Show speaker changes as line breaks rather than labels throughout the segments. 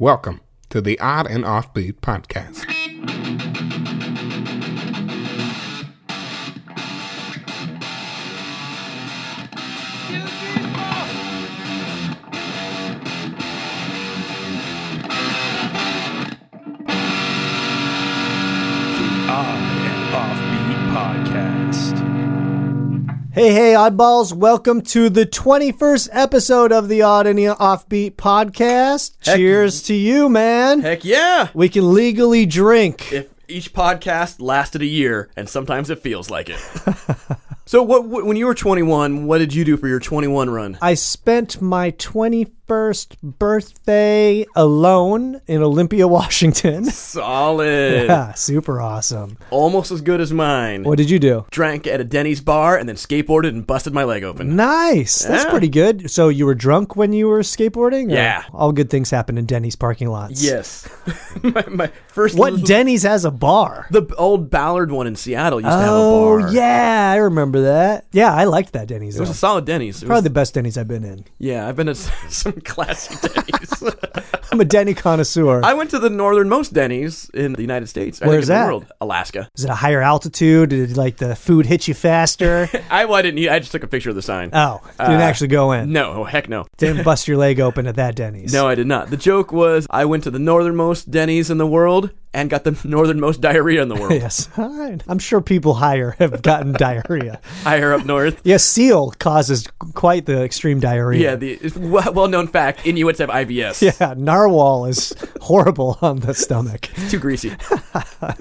Welcome to the Odd and Offbeat podcast.
Odd and Offbeat Podcast.
Hey, hey, oddballs, welcome to the 21st episode of the Odd and Offbeat podcast. Cheers to you, man.
Heck yeah!
We can legally drink.
If each podcast lasted a year, and sometimes it feels like it. so, what, what when you were 21, what did you do for your 21 run?
I spent my 21st birthday alone in Olympia, Washington.
Solid,
Ah, super awesome.
almost as good as mine.
What did you do?
Drank at a Denny's bar and then skateboarded and busted my leg open.
Nice. That's
Yeah.
pretty good. So, you were drunk when you were skateboarding? or-
Yeah.
All good things happen in Denny's parking lots.
Yes, my, my first
What
little-
Denny's has a bar?
the old Ballard one in Seattle used to have
Oh,
a bar.
yeah, I remember that. Yeah, I liked that Denny's.
It was
though.
a solid Denny's. It
Probably
was-
the best Denny's I've been in.
yeah, I've been to some classy Denny's.
I'm a Denny connoisseur.
I went to the northernmost Denny's in the United States. I think
Where's
in the
that?
world. Alaska.
Is it a higher altitude? Did like the food hit you faster?
I, well, I didn't. e, I just took a picture of the sign.
oh, didn't actually go in.
Uh, No, oh, heck no.
Didn't bust your leg open at that Denny's.
No, I did not. The joke was I went to the northernmost Denny's in the world and got the northernmost diarrhea in the world.
Yes, I'm sure people higher have gotten diarrhea.
Higher up north.
Yes, seal causes quite the extreme diarrhea.
Yeah, the well known fact Inuits have IBS. Yeah.
Yeah, narwhal is horrible on the stomach.
Too greasy.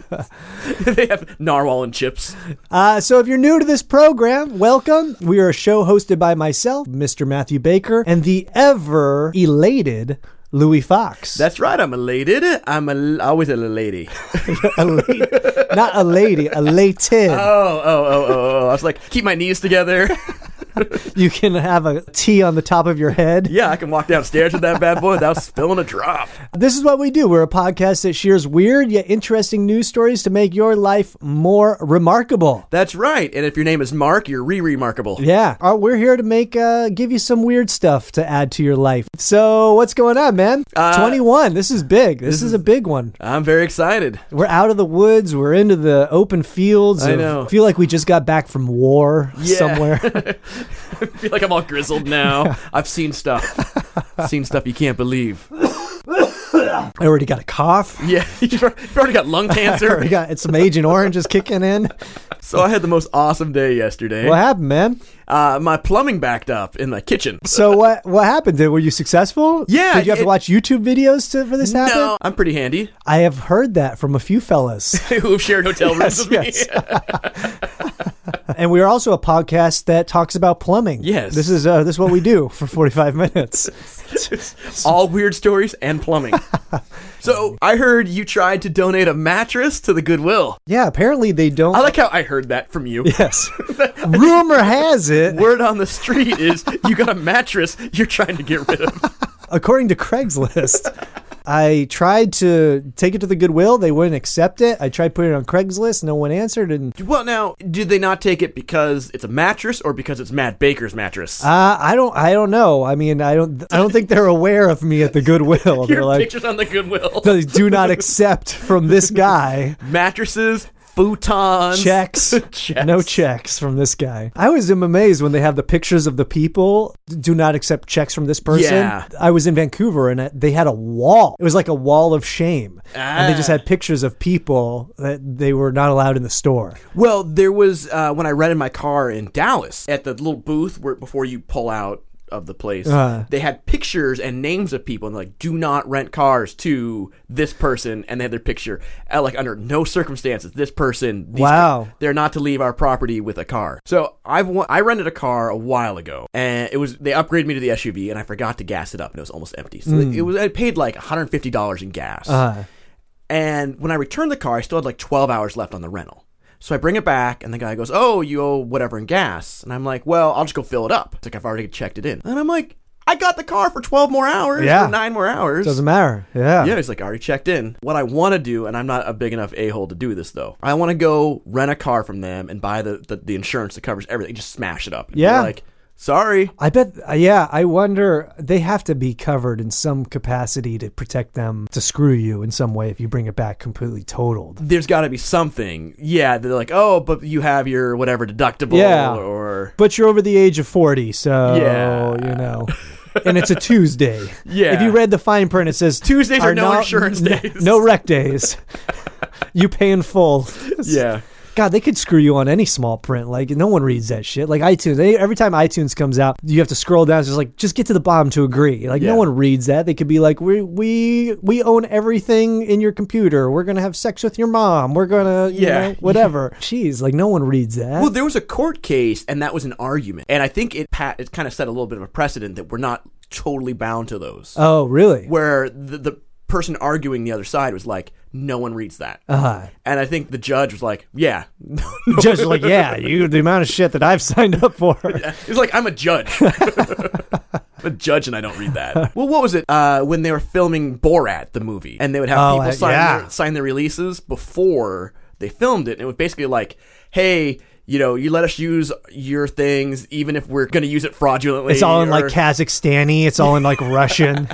they have narwhal and chips.
Uh, so, if you're new to this program, welcome. We are a show hosted by myself, Mr. Matthew Baker, and the ever elated Louis Fox.
That's right. I'm elated. I'm a, always a lady.
Elate- not a lady, elated.
Oh, oh, oh, oh, oh. I was like, keep my knees together.
you can have a T on the top of your head.
yeah, I can walk downstairs with that bad boy without spilling a drop.
This is what we do. We're a podcast that shares weird yet interesting news stories to make your life more remarkable.
That's right. And if your name is Mark, you're re remarkable.
Yeah, Uh, we're here to make uh, give you some weird stuff to add to your life. So what's going on, man?
Uh,
Twenty one. This is big. This, is, a big one.
I'm very excited.
We're out of the woods. We're into the open fields.
I
of-
know.
Feel like we just got back from war
Yeah.
somewhere.
I feel like I'm all grizzled now. I've seen stuff. seen stuff you can't believe.
I already got a cough.
Yeah, you've al- you've already got lung
We
cancer.
got some Agent Orange is kicking in.
So I had the most awesome day yesterday.
What happened, man?
Uh, my plumbing backed up in the kitchen.
So what what happened? Did, were you successful?
Yeah,
Did you have to
it-
watch YouTube videos to, for this happen?
No, I'm pretty handy.
I have heard that from a few fellas.
Who've shared hotel rooms
Yes,
with me?
yes. and we are also a podcast that talks about plumbing.
Yes.
This is uh, this is what we do for 45 minutes.
all weird stories and plumbing. so I heard you tried to donate a mattress to the Goodwill.
Yeah, apparently they don't
I like how I heard that from you.
Yes. Rumor has it,
Word on the street is you got a mattress you're trying to get rid of.
according to Craigslist, I tried to take it to the Goodwill. They wouldn't accept it. I tried putting it on Craigslist. No one answered. And
Well, now, did they not take it because it's a mattress or because it's Matt Baker's mattress?
Uh, I don't. I don't know. I mean, I don't. I don't think they're aware of me at the Goodwill. They're
Your
like,
pictures on the Goodwill.
they do not accept from this guy
Mattresses, futons.
checks.
Checks.
No checks from this guy. I always am amazed when they have the pictures of the people. Do not accept checks from this person.
Yeah.
I was in Vancouver and I- they had a wall. It was like a wall of shame, and they just
Ah.
had pictures of people that they were not allowed in the store.
Well, there was uh, when I rented my car in Dallas at the little booth where before you pull out of the place,
Uh.
they had pictures and names of people and like do not rent cars to this person, and they had their picture uh, like under no circumstances this person. These
Wow.
ca- they're not to leave our property with a car. So I've wa- I rented a car a while ago, and it was they upgraded me to the SUV, and I forgot to gas it up, and it was almost empty. So it was I paid like 150 dollars in gas.
Uh,
And when I returned the car, I still had like 12 hours left on the rental. So I bring it back, and the guy goes, Oh, you owe whatever in gas. And I'm like, Well, I'll just go fill it up. It's like I've already checked it in. And I'm like, I got the car for 12 more hours,
Yeah.
or nine more hours.
doesn't matter. Yeah.
yeah, he's like, I already checked in. What I want to do, and I'm not a big enough a hole to do this though, I want to go rent a car from them and buy the, the, the insurance that covers everything, just smash it up. And be
Yeah.
Like, Sorry.
I bet, uh, yeah, I wonder, they have to be covered in some capacity to protect them to screw you in some way if you bring it back completely totaled.
There's got to be something. Yeah, they're like, oh, but you have your whatever deductible
Yeah.
or
But you're over the age of 40, so,
Yeah.
you know. And it's a Tuesday.
Yeah.
If you read the fine print, it says
Tuesdays are no
not-
insurance
n-
days."
No rec days. you pay in full.
yeah.
God, they could screw you on any small print. Like no one reads that shit. Like iTunes, they, every time iTunes comes out, you have to scroll down. It's just like just get to the bottom to agree. Like
Yeah.
no one reads that. They could be like, we we we own everything in your computer. We're gonna have sex with your mom. We're gonna you
Yeah.
know, whatever. Jeez, like no one reads that.
Well, there was a court case, and that was an argument, and I think it pat it kind of set a little bit of a precedent that we're not totally bound to those.
oh really?
where the, the person arguing the other side was like, no one reads that.
Uh-huh.
And I think the judge was like, yeah.
Judge is like, yeah, you the amount of shit that I've signed up for.
He's like, I'm a judge. I'm a judge and I don't read that. Well, what was it? Uh, when they were filming Borat, the movie, and they would have
Oh,
people
uh,
sign,
yeah.
their, sign their releases before they filmed it. And it was basically like, hey, you know, you let us use your things, even if we're going to use it fraudulently.
It's all in like
or-
Kazakhstani. It's all in like Russian.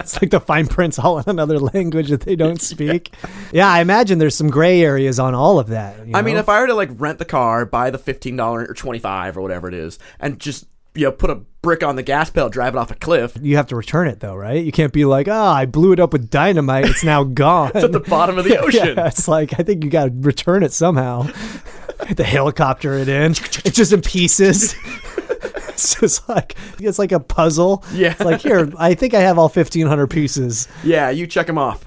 It's like the fine print's all in another language that they don't speak. Yeah, I imagine there's some gray areas on all of that. you
I mean,
know?
if I were to like rent the car, buy the fifteen dollar or twenty five or whatever it is, and just you know put a brick on the gas pedal, drive it off a cliff
you have to return it though, right? You can't be like, oh, I blew it up with dynamite. It's now gone.
at the bottom of the ocean.
Yeah, it's like I think you got to return it somehow. the helicopter it in. It's just in pieces. it's just like it's like a puzzle.
Yeah.
It's like here, I think I have all 1500 pieces.
Yeah, you check them off.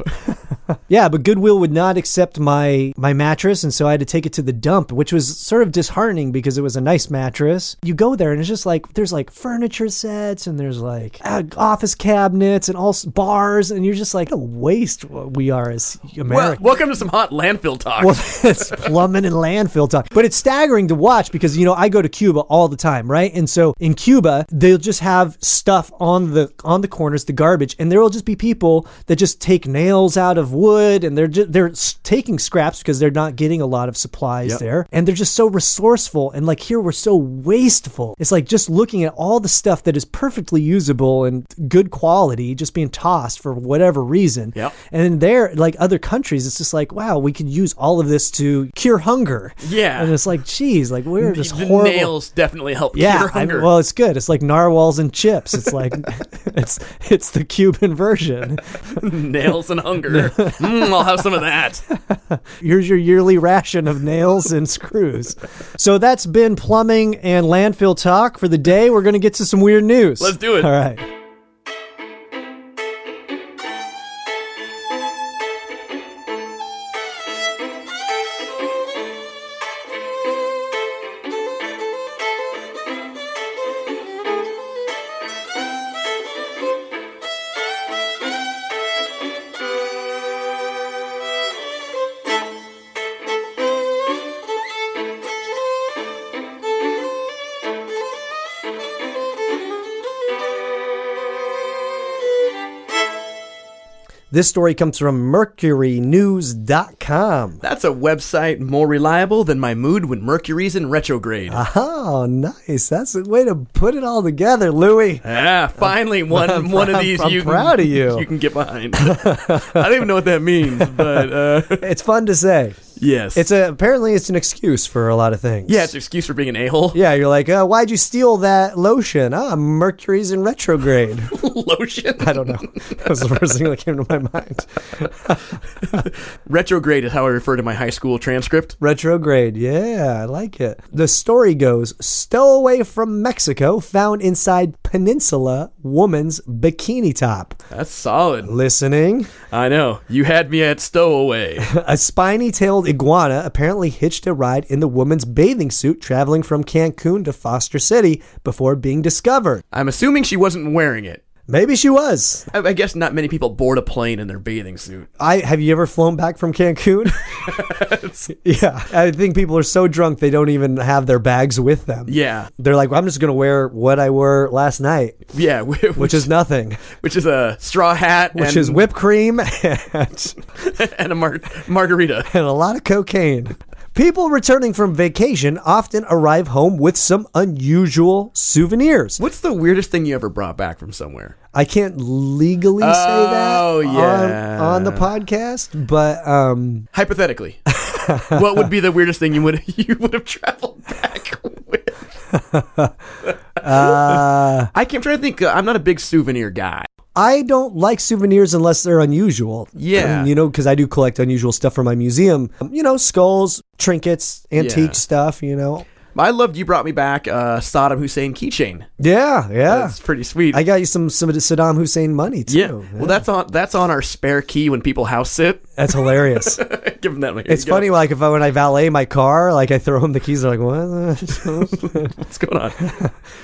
Yeah, but Goodwill would not accept my my mattress, and so I had to take it to the dump, which was sort of disheartening because it was a nice mattress. You go there, and it's just like there's like furniture sets, and there's like uh, office cabinets, and all s- bars, and you're just like, what a waste what we are as
well,
Americans.
welcome to some hot landfill talk.
Well, it's plumbing and landfill talk. But it's staggering to watch because, you know, I go to Cuba all the time, right? And so in Cuba, they'll just have stuff on the on the corners, the garbage, and there will just be people that just take nails out of wood and they're just, they're s- taking scraps because they're not getting a lot of supplies there. And they're just so resourceful and like here we're so wasteful. It's like just looking at all the stuff that is perfectly usable and good quality just being tossed for whatever reason.
Yep.
And then there, like other countries, it's just like, wow, we could use all of this to cure hunger.
Yeah.
And it's like, geez, like we're just
the
horrible.
nails definitely help
yeah.
cure
I-
hunger.
well, it's good. It's like narwhals and chips. It's like, it's it's the Cuban version.
nails and hunger. mm, I'll have some of that.
Here's your yearly ration of nails and screws. So that's been plumbing and landfill talk for the day. We're going to get to some weird news.
Let's do it.
All right. This story comes from mercurynews.com.
That's a website more reliable than my mood when Mercury's in retrograde.
Oh, nice. That's a way to put it all together, Louis.
yeah, finally one one of
I'm-
these
I'm
you
proud
can,
of you.
You can get behind. I don't even know what that means, but uh,
It's fun to say.
yes,
It's a, apparently it's an excuse for a lot of things.
yeah, it's an excuse for being an a hole.
Yeah, you're like, uh, why'd you steal that lotion? Ah, Mercury's in retrograde.
Lotion.
I don't know. That was the first thing that came to my mind.
Retrograde is how I refer to my high school transcript.
Retrograde. Yeah, I like it. The story goes stowaway from Mexico found inside Peninsula woman's bikini top.
That's solid.
Listening?
I know. You had me at stowaway.
A spiny tailed iguana apparently hitched a ride in the woman's bathing suit traveling from Cancun to Foster City before being discovered.
I'm assuming she wasn't wearing it.
Maybe she was.
I, I guess not many people board a plane in their bathing suit.
I have you ever flown back from Cancun? yeah, I think people are so drunk they don't even have their bags with them.
Yeah,
They're like, well, I'm just going to wear what I wore last night,
yeah. Which,
which is nothing,
which is a straw hat,
which
and,
is whipped cream and,
and a mar- margarita.
and a lot of cocaine. People returning from vacation often arrive home with some unusual souvenirs.
What's the weirdest thing you ever brought back from somewhere?
I can't legally say that
Oh,
on-
yeah.
on, the podcast, but um,
Hypothetically, what would be the weirdest thing you would you would have traveled back with?
uh,
I can try to think. uh, I'm not a big souvenir guy.
I don't like souvenirs unless they're unusual.
Yeah.
you know, because I do collect unusual stuff for my museum. Um, You know, skulls, trinkets, antique
Yeah.
stuff. You know,
I loved you brought me back uh, Saddam Hussein keychain.
yeah, yeah.
That's pretty sweet.
I got you some some of the Saddam Hussein money too.
yeah. Well, that's on that's on our spare key when people house sit.
That's hilarious.
Give them that. Here
It's
you go.
funny, like if I when I valet my car, like I throw them the keys. They're like, "What?
What's going on?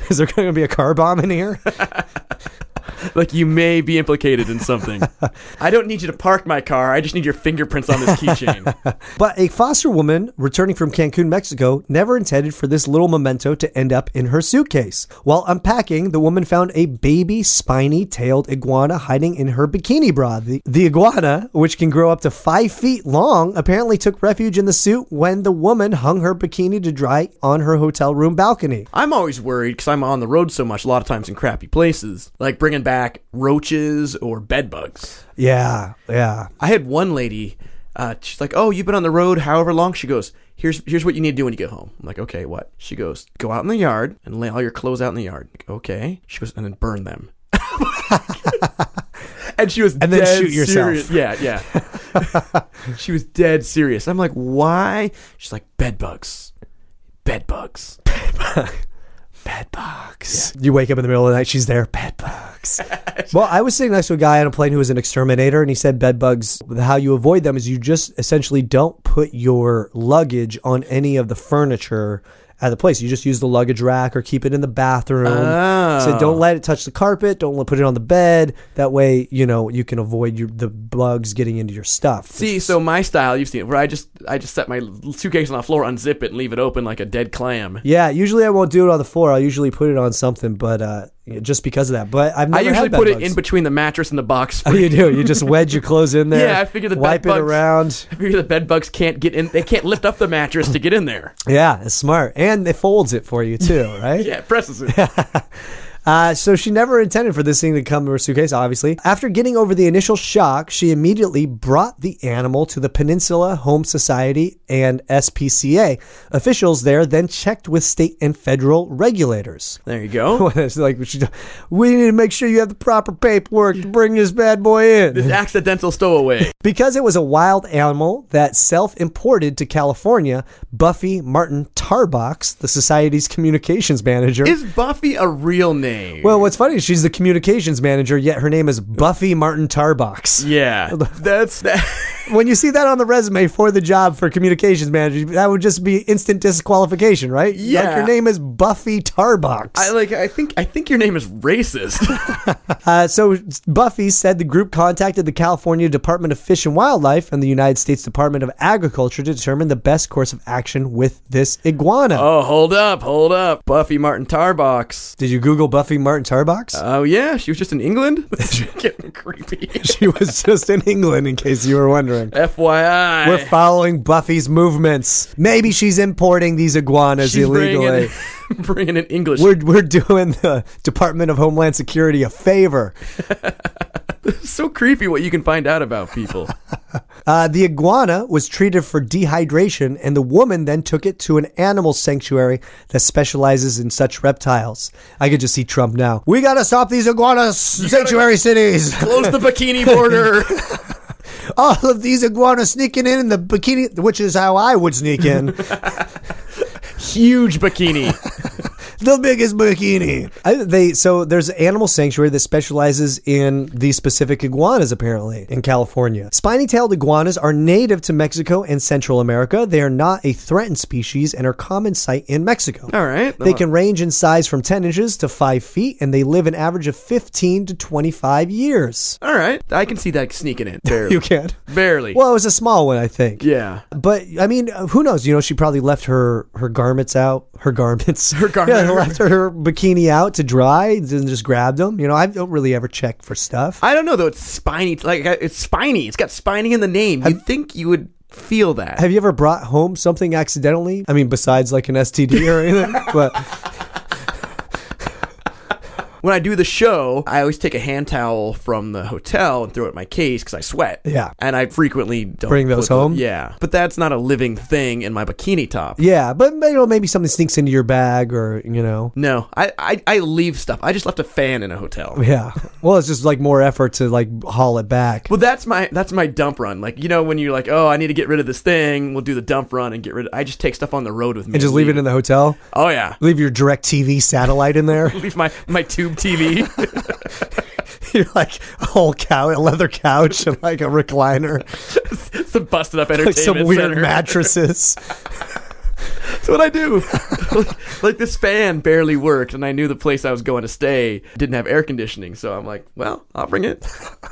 Is there going to be a car bomb in here?"
like you may be implicated in something. I don't need you to park my car. I just need your fingerprints on this keychain.
But a foster woman returning from Cancun, Mexico, never intended for this little memento to end up in her suitcase. While unpacking, the woman found a baby spiny tailed iguana hiding in her bikini bra. The, the iguana, which can grow up to five feet long, apparently took refuge in the suit when the woman hung her bikini to dry on her hotel room balcony.
I'm always worried because I'm on the road so much, a lot of times in crappy places, like bringing back roaches or bed bugs.
Yeah, yeah.
I had one lady, uh, she's like, "Oh, you've been on the road however long." She goes, "Here's here's what you need to do when you get home." I'm like, "Okay, what?" She goes, "Go out in the yard and lay all your clothes out in the yard." Like, okay. She goes, "And then burn them." and she was
And then
dead
shoot yourself.
serious. Yeah, yeah. she was dead serious. I'm like, "Why?" She's like, "Bed bugs." Bed bugs.
Bed bugs. You wake up in the middle of the night, she's there, bed bugs. well, I was sitting next to a guy on a plane who was an exterminator, and he said bed bugs, how you avoid them is you just essentially don't put your luggage on any of the furniture at the place. You just use the luggage rack or keep it in the bathroom.
Oh.
So don't let it touch the carpet, don't let- put it on the bed. That way, you know, you can avoid your, the bugs getting into your stuff.
See, so my style, you've seen it, where I just I just set my suitcase on the floor, unzip it, and leave it open like a dead clam.
yeah, usually I won't do it on the floor. I'll usually put it on something, but uh, just because of that. But I've
I
never
usually
had bed
put it
bugs.
in between the mattress and the box
Oh, you do. You just wedge your clothes in there.
Yeah, I figured the bed
wipe it
bugs-
around.
I figure the bed bugs can't get in. They can't lift up the mattress to get in there.
Yeah, it's smart, and it folds it for you too, right?
Yeah, it presses it.
Uh, so she never intended for this thing to come to her suitcase, obviously. After getting over the initial shock, she immediately brought the animal to the Peninsula Home Society and SPCA. Officials there then checked with state and federal regulators.
There you go.
It's like, she- we need to make sure you have the proper paperwork to bring this bad boy in.
This accidental stowaway.
Because it was a wild animal that self imported to California, Buffy Martin Tarbox, the society's communications manager.
Is Buffy a real name?
well, what's funny is she's the communications manager, yet her name is Buffy Martin Tarbox.
yeah, that's that.
When you see that on the resume for the job for communications manager, that would just be instant disqualification, right? Like
Yeah.
your name is Buffy Tarbox.
I like. I think. I think your name is racist.
Uh, so Buffy said the group contacted the California Department of Fish and Wildlife and the United States Department of Agriculture to determine the best course of action with this iguana.
oh, hold up, hold up, Buffy Martin Tarbox.
Did you Google Buffy Martin Tarbox?
Oh yeah, she was just in England. That's getting creepy.
she was just in England, in case you were wondering.
FYI,
We're following Buffy's movements. Maybe she's importing these iguanas
She's
illegally.
bringing, bringing in English.
eh? We're, we're doing the Department of Homeland Security a favor.
It's so creepy what you can find out about people.
Uh, the iguana was treated for dehydration, and the woman then took it to an animal sanctuary that specializes in such reptiles. I could just see Trump now. We gotta stop these iguana sanctuary cities.
Close the bikini border.
All of these iguanas sneaking in in the bikini, which is how I would sneak in.
Huge bikini.
the biggest bikini. I, they so there's an animal sanctuary that specializes in these specific iguanas apparently in California. Spiny-tailed iguanas are native to Mexico and Central America. They are not a threatened species and are common sight in Mexico.
All right.
They can range in size from 10 inches to 5 feet, and they live an average of 15 to 25 years.
All right, I can see that sneaking in. Barely.
You can't.
Barely.
Well, it was a small one, I think.
yeah.
But I mean, who knows? You know, she probably left her her garments out, her garments, her
garment-
yeah, left her, her bikini out to dry, and just grabbed them. You know, I don't really ever check for stuff.
I don't know though. It's spiny. Like it's spiny. It's got spiny in the name. You'd think you would feel that.
Have you ever brought home something accidentally? I mean, besides like an STD or anything, but
When I do the show, I always take a hand towel from the hotel and throw it in my case because I sweat.
Yeah.
And I frequently don't
Bring those
put the-
home?
yeah. But that's not a living thing in my bikini top.
yeah, but you know, maybe something sneaks into your bag or, you know.
No, I, I, I leave stuff. I just left a fan in a hotel.
Yeah. Well, it's just like more effort to like haul it back.
Well, that's my that's my dump run. Like you know when you're like, oh, I need to get rid of this thing. We'll do the dump run and get rid. of I just take stuff on the road with me
And just leave it in the hotel.
Oh yeah,
Leave your direct TV satellite in there.
leave my my tube TV.
You're like a whole cow, a leather couch, and like a recliner,
some busted up entertainment.
like some weird
center.
mattresses.
That's what I do. like, like, this fan barely worked, and I knew the place I was going to stay didn't have air conditioning, so I'm like, well, I'll bring it.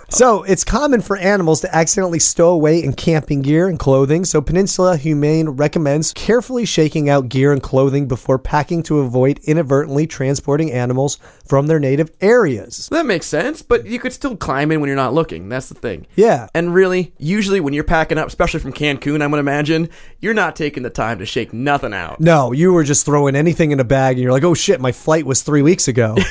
So it's common for animals to accidentally stow away in camping gear and clothing. So Peninsula Humane recommends carefully shaking out gear and clothing before packing to avoid inadvertently transporting animals from their native areas.
that makes sense, but you could still climb in when you're not looking. That's the thing.
Yeah.
And really, usually when you're packing up, especially from Cancun, I'm gonna imagine you're not taking the time to shake nothing out.
No, you were just throwing anything in a bag and you're like, oh shit, my flight was three weeks ago.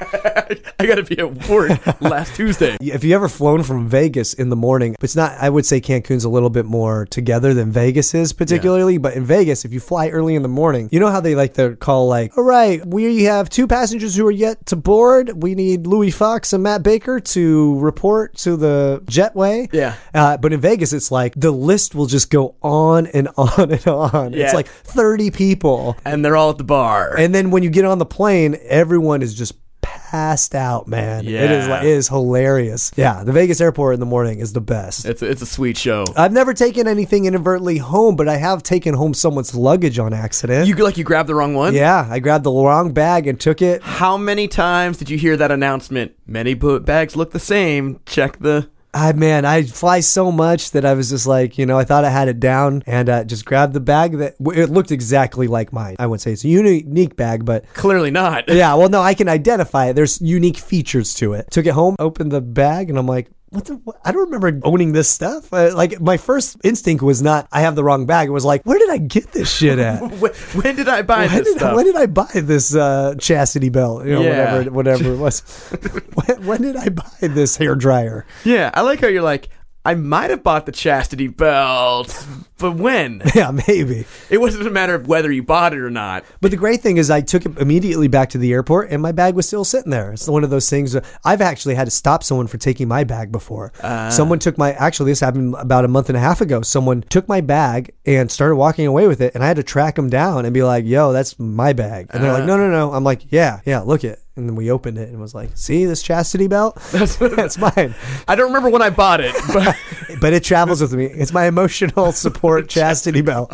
I gotta be at work last Tuesday.
if you ever flown from Vegas in the morning, it's not. I would say Cancun's a little bit more together than Vegas is, particularly. But in Vegas, if you fly early in the morning, you know how they like to call like, "All right, we have two passengers who are yet to board. We need Louis Fox and Matt Baker to report to the jetway."
Yeah.
Uh, but in Vegas, it's like the list will just go on and on and on.
Yeah.
It's like thirty people,
And they're all at the bar.
and then when you get on the plane, everyone is just passed out, man. It is
Yeah.
like it is hilarious. Yeah, the Vegas airport in the morning is the best.
it's a, it's a sweet show.
I've never taken anything inadvertently home, but I have taken home someone's luggage on accident.
you like you grabbed the wrong one.
yeah, I grabbed the wrong bag and took it.
How many times did you hear that announcement? Many bo- bags look the same. Check the
I man, I fly so much that I was just like, you know, I thought I had it down and uh, just grabbed the bag that it looked exactly like mine. I wouldn't say it's a uni- unique bag, but
Clearly not.
yeah, well, no, I can identify it. There's unique features to it. Took it home, opened the bag, and I'm like, what the? What? I don't remember owning this stuff. Uh, like, my first instinct was not, I have the wrong bag. It was like, where did I get this shit at? When
When, when did I buy this
did,
stuff?
when did I buy this uh, chastity belt? You know,
Yeah.
whatever, it- whatever it was. when, when did I buy this hair dryer?
yeah, I like how you're like, I might have bought the chastity belt, but when?
Yeah, maybe.
it wasn't a matter of whether you bought it or not.
But the great thing is, I took it immediately back to the airport, and my bag was still sitting there. It's one of those things. that- I've actually had to stop someone for taking my bag before. someone took my. Actually, this happened about a month and a half ago. Someone took my bag and started walking away with it, and I had to track them down and be like, "Yo, that's my bag." And they're like, "No, no, no." I'm like, "Yeah, yeah, look it." And then we opened it and was like, "See this chastity belt? That's, mine."
I don't remember when I bought it, but
But it travels with me. It's my emotional support chastity belt.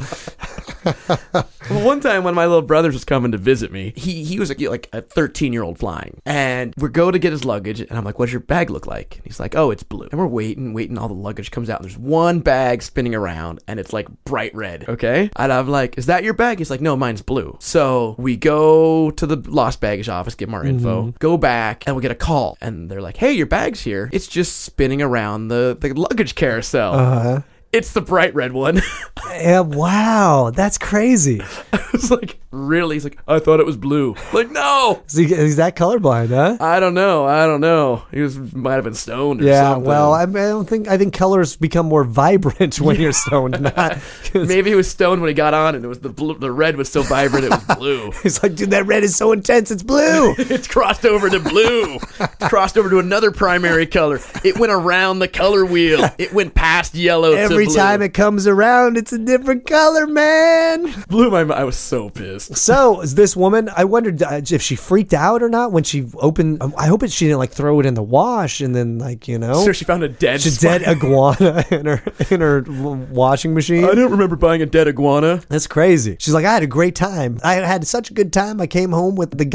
Well, one time when my little brother was coming to visit me, he he was like, like a 13 year old flying, and we go to get his luggage, and I'm like, "What's your bag look like?" And he's like, "Oh, it's blue." And we're waiting, waiting. All the luggage comes out, and there's one bag spinning around, and it's like bright red. Okay, and I'm like, "Is that your bag?" He's like, "No, mine's blue." So we go to the lost baggage office, give him our info, go back, and we get a call, and they're like, "Hey, your bag's here. It's just spinning around the the luggage carousel. It's the bright red one."
Yeah, wow, that's crazy.
It's like, really? He's like, I thought it was blue. Like, no,
Is, he, is that colorblind, huh?
I don't know. I don't know. He was might have been stoned. Or
Yeah,
something.
well, I, I don't think I think colors become more vibrant when you're stoned. Not 'cause
maybe he was stoned when he got on, and it was the blue, the red was so vibrant it was blue.
it's like, dude, that red is so intense, it's blue.
It's crossed over to blue. It's crossed over to another primary color. It went around the color wheel. It went past yellow.
Every
to blue.
time it comes around, it's a different color, man.
blew my mind, I was so pissed.
So is this woman, I wondered uh, if she freaked out or not when she opened. um, I hope it, she didn't like throw it in the wash and then like you know,
So she found a dead.
she's Oh. dead iguana in her in her w- washing machine.
I don't remember buying a dead iguana.
That's crazy. She's like, I had a great time. I had such a good time. I came home with the
Oh,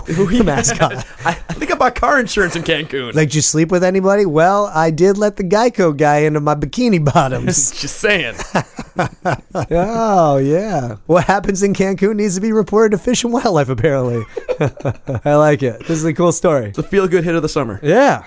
Geico mascot.
I, I think I bought car insurance in Cancun.
Like, did you sleep with anybody? Well, I did let the Geico guy into my bikini bottoms.
Just saying.
oh, yeah. What happens in Cancun needs to be reported to Fish and Wildlife, apparently. I like it. This is a cool story.
The feel good hit of the summer.
Yeah.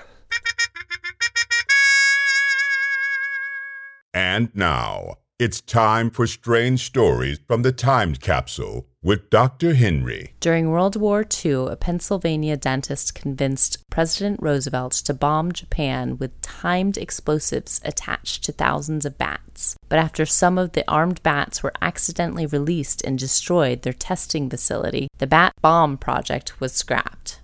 And now, it's time for Strange Stories from the Time Capsule with Dr. Henry.
During World War II, a Pennsylvania dentist convinced President Roosevelt to bomb Japan with timed explosives attached to thousands of bats. But after some of the armed bats were accidentally released and destroyed their testing facility, the Bat Bomb Project was scrapped.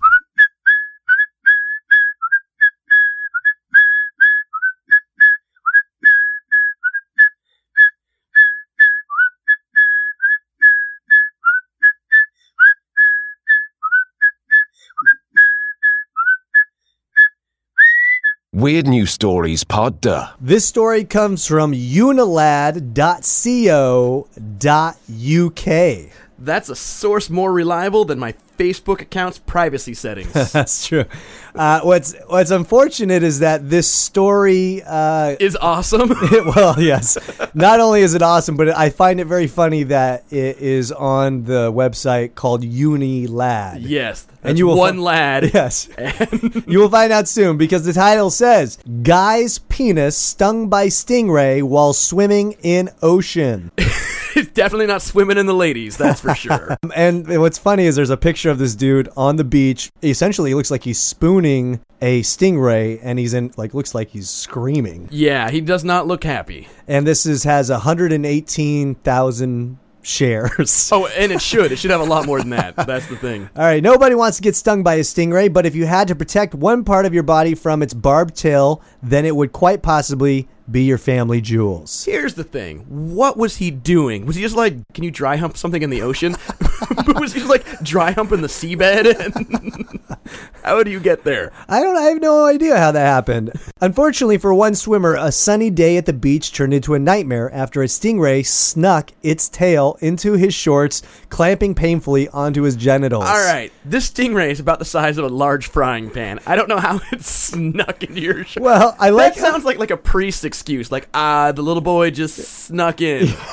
Weird News Stories Pod Duh.
This story comes from unilad.co.uk.
That's a source more reliable than my Facebook account's privacy settings.
That's true. Uh, what's what's unfortunate is that this story uh,
is awesome.
it- well, yes. Not only is it awesome, but I find it very funny that it is on the website called Unilad.
yes.
And
and
you
you
will
one
fi-
lad.
Yes. you will find out soon because the title says Guy's penis stung by stingray while swimming in ocean.
It's definitely not swimming in the ladies, that's for sure.
Um, And what's funny is there's a picture of this dude on the beach. Essentially, it looks like he's spooning a stingray and he's in like looks like he's screaming.
yeah, he does not look happy.
And this is has 118,000 shares.
Oh, and it should. It should have a lot more than that. That's the thing.
All right, nobody wants to get stung by a stingray, but if you had to protect one part of your body from its barbed tail, then it would quite possibly be your family jewels.
Here's the thing. What was he doing? Was he just like, can you dry hump something in the ocean? was he just like dry humping the seabed? How do you get there?
I don't I have no idea how that happened. Unfortunately for one swimmer, a sunny day at the beach turned into a nightmare after a stingray snuck its tail into his shorts, clamping painfully onto his genitals.
All right, this stingray is about the size of a large frying pan. I don't know how it snuck into your shirt.
Well, I like
that sounds like like a priest excuse. Like ah, the little boy just snuck in.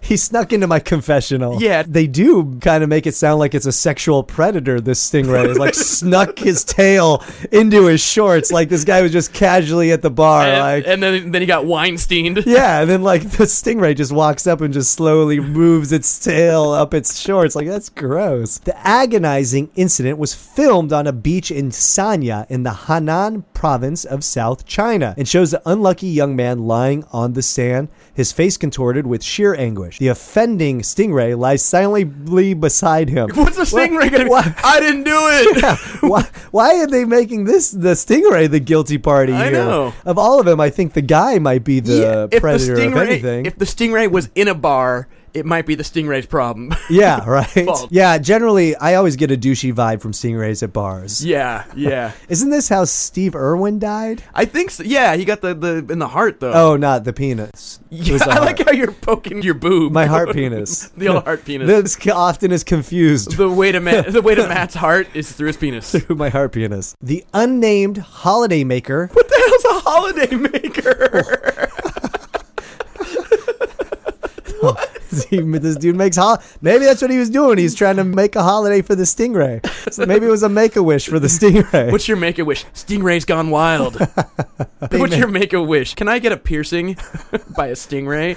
He snuck into my confessional.
Yeah.
They do kind of make it sound like it's a sexual predator, this stingray. It's like snuck his tail into his shorts. Like this guy was just casually at the bar.
and,
like,
and then then he got Weinsteined.
yeah. And then, like, the stingray just walks up and just slowly moves its tail up its shorts. Like, that's gross. The agonizing incident was filmed on a beach in Sanya in the Hanan province of South China and shows the unlucky young man lying on the sand, his face contorted with sheer anguish. The offending stingray lies silently beside him.
What's the stingray gonna?
Why,
I didn't do it.
why, why are they making this the stingray the guilty party
I
here?
know.
Of all of them, I think the guy might be the
if
predator
the stingray,
of anything.
If the stingray was in a bar, it might be the stingray's problem.
Yeah, right.
Fault.
Yeah, generally, I always get a douchey vibe from stingrays at bars.
yeah, Uh, yeah.
Isn't this how Steve Irwin died?
I think so. Yeah, he got the, the in the heart though.
Oh, not the penis. It
yeah,
was the
I like
heart.
how you're poking your boob.
my heart penis.
the old heart penis.
This c- often is confused
the way to Ma- the way to Matt's heart is through his penis.
with my heart penis. The unnamed holiday maker.
What the hell's a holiday maker?
this dude makes hol- maybe that's what he was doing. He's trying to make a holiday for the stingray. So maybe it was a make a wish for the stingray.
What's your make a wish? Stingray's gone wild. What's your make a wish? Can I get a piercing by a stingray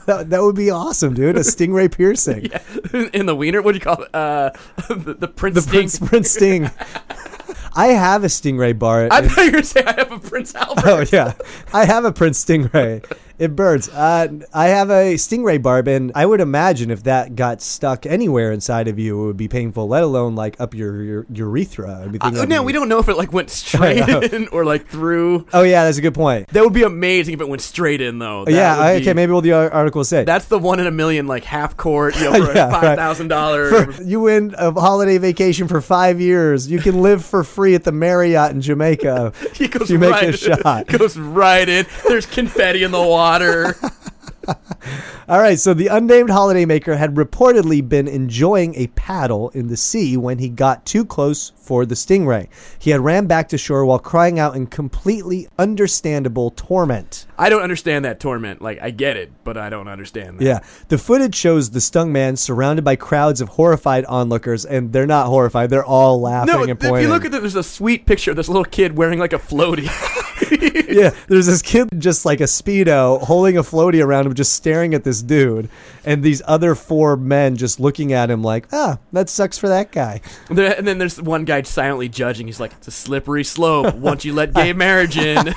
that, that would be awesome, dude. A stingray piercing.
in the wiener? What do you call it? Uh, the, the prince
The
sting.
Prince Prince Sting. I have a stingray bar.
I
in-
thought you were saying I have a Prince Albert.
Oh yeah, I have a Prince Stingray. It burns. Uh, I have a Stingray barb, and I would imagine if that got stuck anywhere inside of you, it would be painful. Let alone like up your, your urethra. Everything
Uh,
like
no,
that.
we don't know if it like went straight
know.
in or like through.
Oh yeah, that's a good point.
That would be amazing if it went straight in though. That
yeah,
would
I,
be-
okay, maybe what the ar- article said.
That's the one in a million, like half court, you know, for
Yeah, right.
five thousand dollars.
For- you win a holiday vacation for five years. You can live for free at the Marriott in Jamaica.
He goes
if you make
right
this shot.
Goes right in. There's confetti in the water.
All right, so the unnamed holidaymaker had reportedly been enjoying a paddle in the sea when he got too close for the stingray. He had ran back to shore while crying out in completely understandable torment.
I don't understand that torment. Like, I get it, but I don't understand that.
Yeah. The footage shows the stung man surrounded by crowds of horrified onlookers, and they're not horrified. They're all laughing
No,
and
if
pointing.
you look at it, there's a sweet picture of this little kid wearing like a floaty.
yeah, there's this kid just like a speedo holding a floaty around him, just staring at this dude, and these other four men just looking at him like, ah, that sucks for that guy.
There- and then there's one guy silently judging. He's like, it's a slippery slope once you let gay marriage in.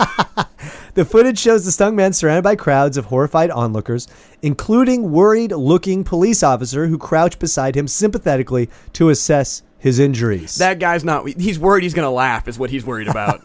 The footage shows the stung man surrounded by crowds of horrified onlookers, including worried-looking police officer who crouched beside him sympathetically to assess his injuries.
that guy's not, he's worried he's going to laugh, is what he's worried about.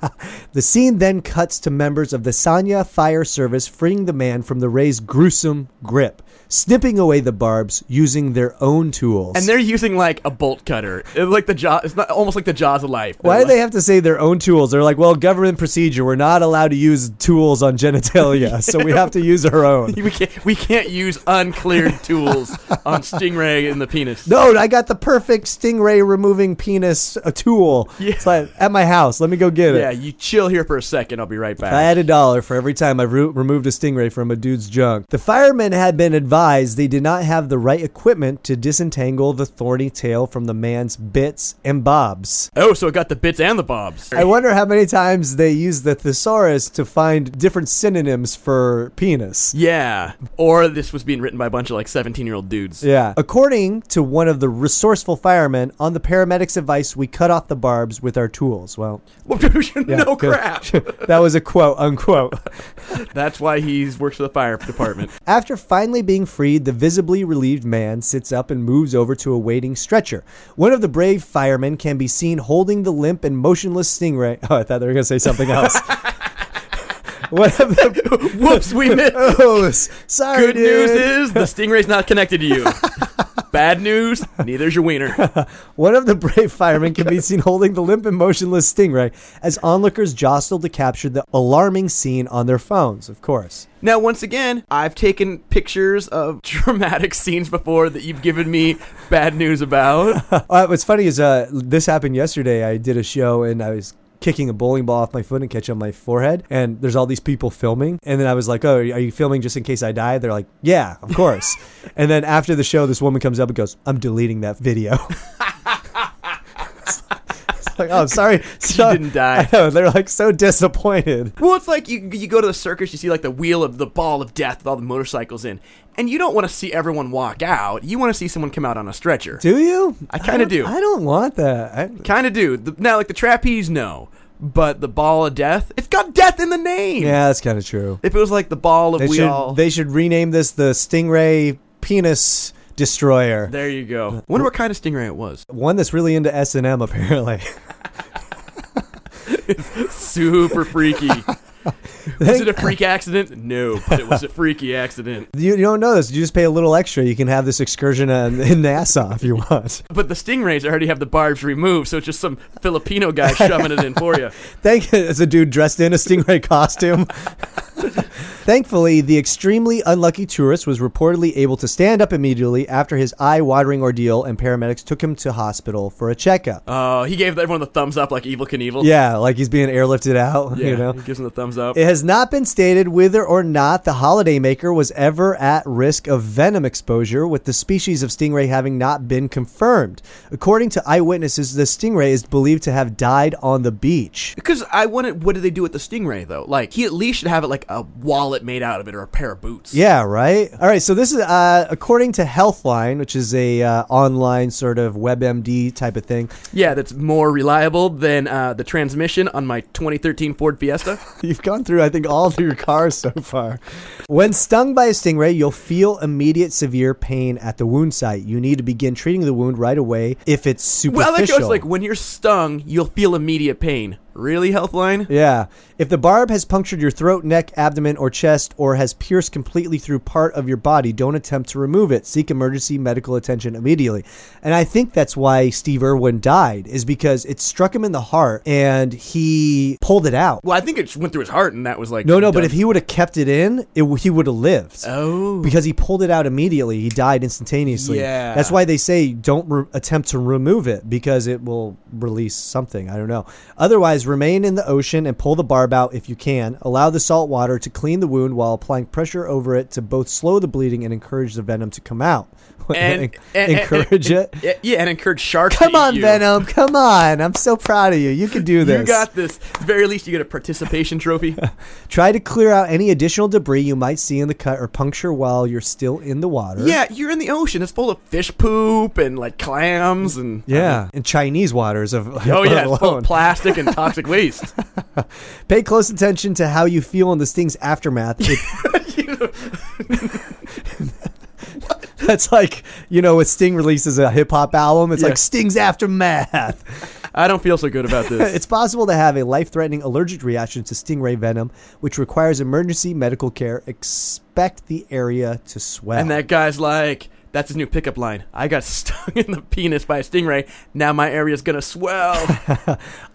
The scene then cuts to members of the Sanya Fire Service freeing the man from the ray's gruesome grip, snipping away the barbs using their own tools.
and they're using like a bolt cutter. It's like the jaw, it's not, almost like the jaws of life.
Why do
They're
they have to say their own tools? They're like, well, government procedure. We're not allowed to use tools on genitalia, so we have to use our own.
like, we can't, we can't use uncleared tools on Stingray and the penis.
No, I got the perfect stingray removing penis a tool. It's like at my house. Let me go get it.
Yeah, you chill here for a second. I'll be right back.
I had a dollar for every time I re- removed a stingray from a dude's junk. The firemen had been advised they did not have the right equipment to disentangle the thorny tail from the man's bits and bobs.
oh, so it got the bits and the bobs.
I wonder how many times they used the thesaurus to find different synonyms for penis.
yeah. Or this was being written by a bunch of like 17 year old dudes.
Yeah. According to one of the resourceful firemen, on the paramedics' advice, we cut off the barbs with our tools. Well, yeah,
no
good.
crap.
that was a quote unquote.
That's why he works for the fire department.
After finally being freed, the visibly relieved man sits up and moves over to a waiting stretcher. One of the brave firemen can be seen holding the limp and motionless stingray. Oh, I thought they were going to say something else. One of the.
Whoops, we missed.
Oh, s- sorry,
Good
dude.
news is the stingray's not connected to you. Bad news, neither's your wiener.
One of the brave firemen can be seen holding the limp and motionless stingray as onlookers jostle to capture the alarming scene on their phones, of course.
Now, once again, I've taken pictures of dramatic scenes before that you've given me bad news about.
Uh, what's funny is uh, this happened yesterday. I did a show and I was kicking a bowling ball off my foot and catch on my forehead and there's all these people filming and then I was like oh are you filming just in case I die they're like yeah of course and then after the show this woman comes up and goes I'm deleting that video it's like oh I'm sorry so,
didn't die.
I know, they're like so disappointed
Well, it's like you you go to the circus, you see like the wheel of the ball of death with all the motorcycles in, and you don't want to see everyone walk out. You want to see someone come out on a stretcher.
do you
I kinda
don't-
do.
I don't want that I,
Kind of do. The, now, like the trapeze, no, but the ball of death, it's got death in the name.
yeah that's kind of true
If it was like the ball of
they
we
should
all,
they should rename this the stingray penis destroyer
there you go. Wonder what kind of stingray it was.
one that's really into S and M apparently.
Super freaky. Was it a freak accident? No, but it was a freaky accident.
you, you don't know this. You just pay a little extra. You can have this excursion in, in Nassau if you want.
But the stingrays already have the barbs removed, so it's just some Filipino guy shoving it in for you.
Thank it's a dude dressed in a stingray costume. Thankfully, the extremely unlucky tourist was reportedly able to stand up immediately after his eye-watering ordeal, and paramedics took him to hospital for a checkup.
Oh, he gave everyone the thumbs up like Evil Knievel.
Yeah, like he's being airlifted out.
Yeah,
you know,
he gives him the thumbs up.
It has not been stated whether or not the holidaymaker was ever at risk of venom exposure, with the species of stingray having not been confirmed. According to eyewitnesses, the stingray is believed to have died on the beach.
Because I wanted, what do they do with the stingray though? Like he at least should have it like a wallet made out of it or a pair of boots.
Yeah, right. All right, so this is uh, according to Healthline, which is a uh, online sort of WebMD type of thing.
yeah, that's more reliable than uh, the transmission on my 2013 Ford Fiesta.
You've gone through, I think, all of your cars so far. When stung by a stingray, you'll feel immediate severe pain at the wound site. You need to begin treating the wound right away if it's
well, I like
superficial.
how it's like when you're stung, you'll feel immediate pain Really, Healthline?
Yeah. If the barb has punctured your throat, neck, abdomen, or chest, or has pierced completely through part of your body, don't attempt to remove it. Seek emergency medical attention immediately. And I think that's why Steve Irwin died, is because it struck him in the heart and he pulled it out.
Well, I think it just went through his heart, and that was like
No, no, but
done.
if he would have kept it in, it, w- he would have lived. Oh. Because he pulled it out immediately. He died instantaneously.
Yeah.
That's why they say don't re- attempt to remove it because it will release something. I don't know. Otherwise, remain in the ocean and pull the barb out if you can. Allow the salt water to clean the wound while applying pressure over it to both slow the bleeding and encourage the venom to come out.
and, and- and-
encourage
and-
it.
yeah, yeah, and encourage sharks. to
Come
eat
on,
you.
Venom. Come on. I'm so proud of you. You can do this.
You got this. At the very least, you get a participation trophy.
Try to clear out any additional debris you might see in the cut or puncture while you're still in the water.
yeah, you're in the ocean. It's full of fish poop and like clams and
Yeah. In Chinese waters of
Oh yeah, it's full
alone.
of plastic and toxic waste.
Pay close attention to how you feel in the sting's aftermath. It- That's like, you know, when Sting releases a hip hop album, it's
Yeah.
like Sting's aftermath.
I don't feel so good about this.
It's possible to have a life threatening allergic reaction to stingray venom, which requires emergency medical care. Expect the area to swell.
and that guy's like, "That's his new pickup line. I got stung in the penis by a stingray. Now my area's gonna swell."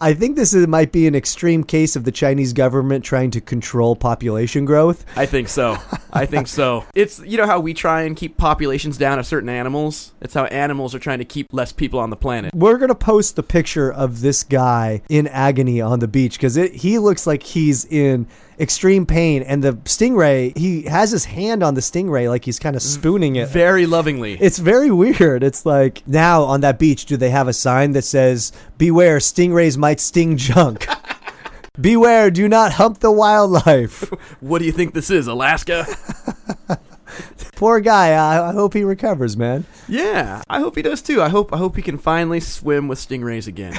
I think this is, might be an extreme case of the Chinese government trying to control population growth.
I think so. I think so. It's you know how we try and keep populations down of certain animals. It's how animals are trying to keep less people on the planet.
We're gonna post the picture of this guy in agony on the beach because he looks like he's in extreme pain, and the stingray he has his hand on the stingray like he's kind of spooning it.
Very lovingly.
It's very weird. It's like now on that beach, do they have a sign that says "Beware, stingrays might sting junk." Beware, do not hump the wildlife.
What do you think this is, Alaska?
Poor guy. I, I hope he recovers, man.
yeah, I hope he does too. I hope I hope he can finally swim with stingrays again.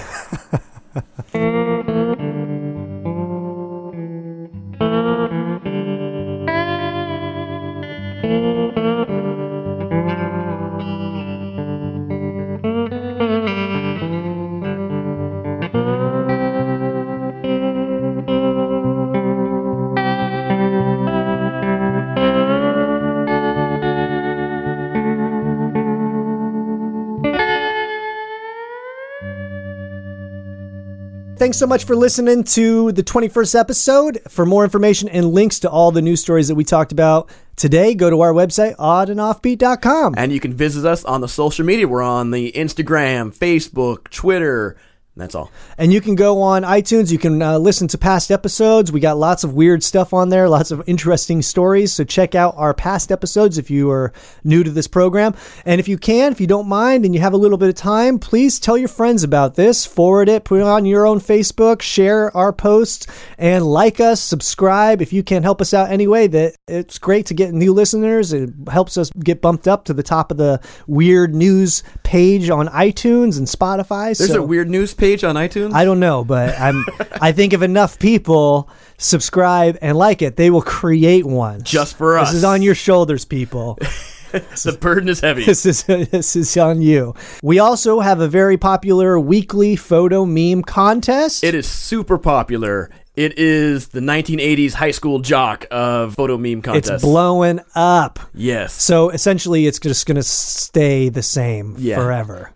Thanks so much for listening to the 21st episode. For more information and links to all the news stories that we talked about today, go to our website, oddandoffbeat.com.
and you can visit us on the social media. We're on the Instagram, Facebook, Twitter. That's all.
And you can go on iTunes. You can uh, listen to past episodes. We got lots of weird stuff on there, lots of interesting stories. So check out our past episodes if you are new to this program. And if you can, if you don't mind and you have a little bit of time, please tell your friends about this. Forward it, put it on your own Facebook, share our posts, and like us, subscribe. If you can help us out anyway, that it's great to get new listeners. It helps us get bumped up to the top of the weird news page on iTunes and Spotify.
There's
so.
a weird news page on iTunes.
I don't know, but I'm. I think if enough people subscribe and like it, they will create one
Just for us.
This is on your shoulders, people.
the burden is heavy.
This is this is on you. We also have a very popular weekly photo meme contest.
It is super popular. It is the 1980s high school jock of photo meme
it's
contest.
blowing up.
yes.
So essentially, it's just going to stay the same
Yeah.
forever.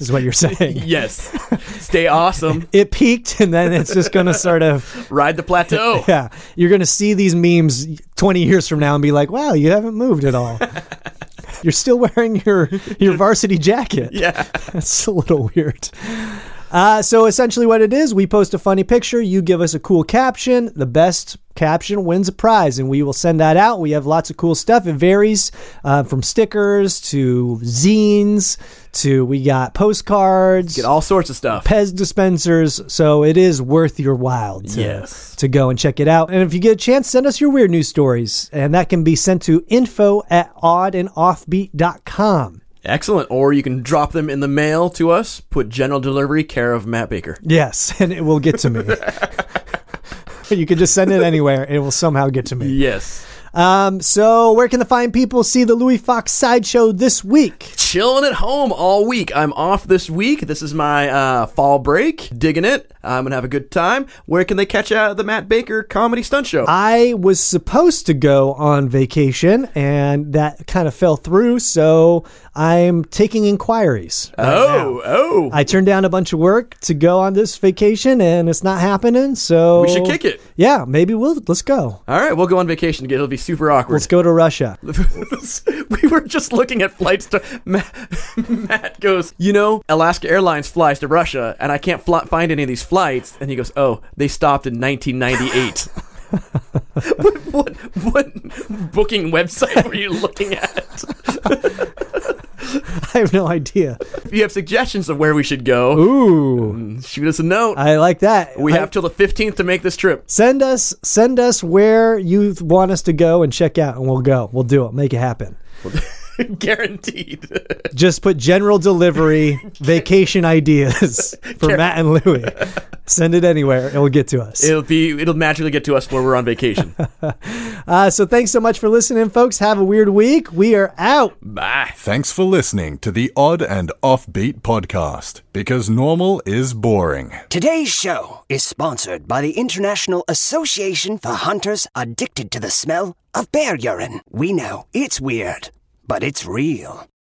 is what you're saying.
Yes. Stay awesome.
It peaked, and then it's just going to sort of
Ride the plateau.
Yeah, you're gonna see these memes 20 years from now and be like, "Wow, you haven't moved at all. you're still wearing your your varsity jacket."
Yeah.
That's a little weird. Uh, so essentially, what it is, we post a funny picture. You give us a cool caption. The best caption wins a prize, and we will send that out. We have lots of cool stuff. It varies uh, from stickers to zines to we got postcards.
Get all sorts of stuff.
Pez dispensers, so it is worth your while to,
Yes.
to go and check it out. And if you get a chance, send us your weird news stories, and that can be sent to info at oddandoffbeat.com.
Excellent. Or you can drop them in the mail to us. Put general delivery care of Matt Baker.
Yes, and it will get to me. you can just send it anywhere, it will somehow get to me.
Yes.
Um, so, where can the fine people see the Louis Fox sideshow this week?
Chilling at home all week. I'm off this week. This is my uh, fall break. Digging it. I'm gonna have a good time. Where can they catch uh, the Matt Baker comedy stunt show?
I was supposed to go on vacation and that kind of fell through, so I'm taking inquiries.
oh, oh,
I turned down a bunch of work to go on this vacation and it's not happening, so
We should kick it.
Yeah, maybe we'll let's go.
All right, we'll go on vacation together. It'll be super awkward.
Let's go to Russia.
we were just looking at flights to. Matt, Matt goes, You know, Alaska Airlines flies to Russia, and I can't fl- find any of these flights. And he goes, Oh, they stopped in 1998. what, what, what booking website were you looking at?
I have no idea.
If you have suggestions of where we should go,
Ooh.
shoot us a note.
I like that.
we
I-
have till the 15th to make this trip.
send us send us where you want us to go and check out and we'll go. We'll do it. Make it happen.
Guaranteed.
Just put general delivery vacation ideas for Matt and Louie. Send it anywhere. It will get to us.
It'll be. It'll magically get to us when we're on vacation.
Uh, so thanks so much for listening, folks. Have a weird week. We are out.
Bye.
Thanks for listening to the Odd and Offbeat podcast because normal is boring.
Today's show is sponsored by the International Association for Hunters Addicted to the Smell of Bear Urine. We know it's weird, but it's real.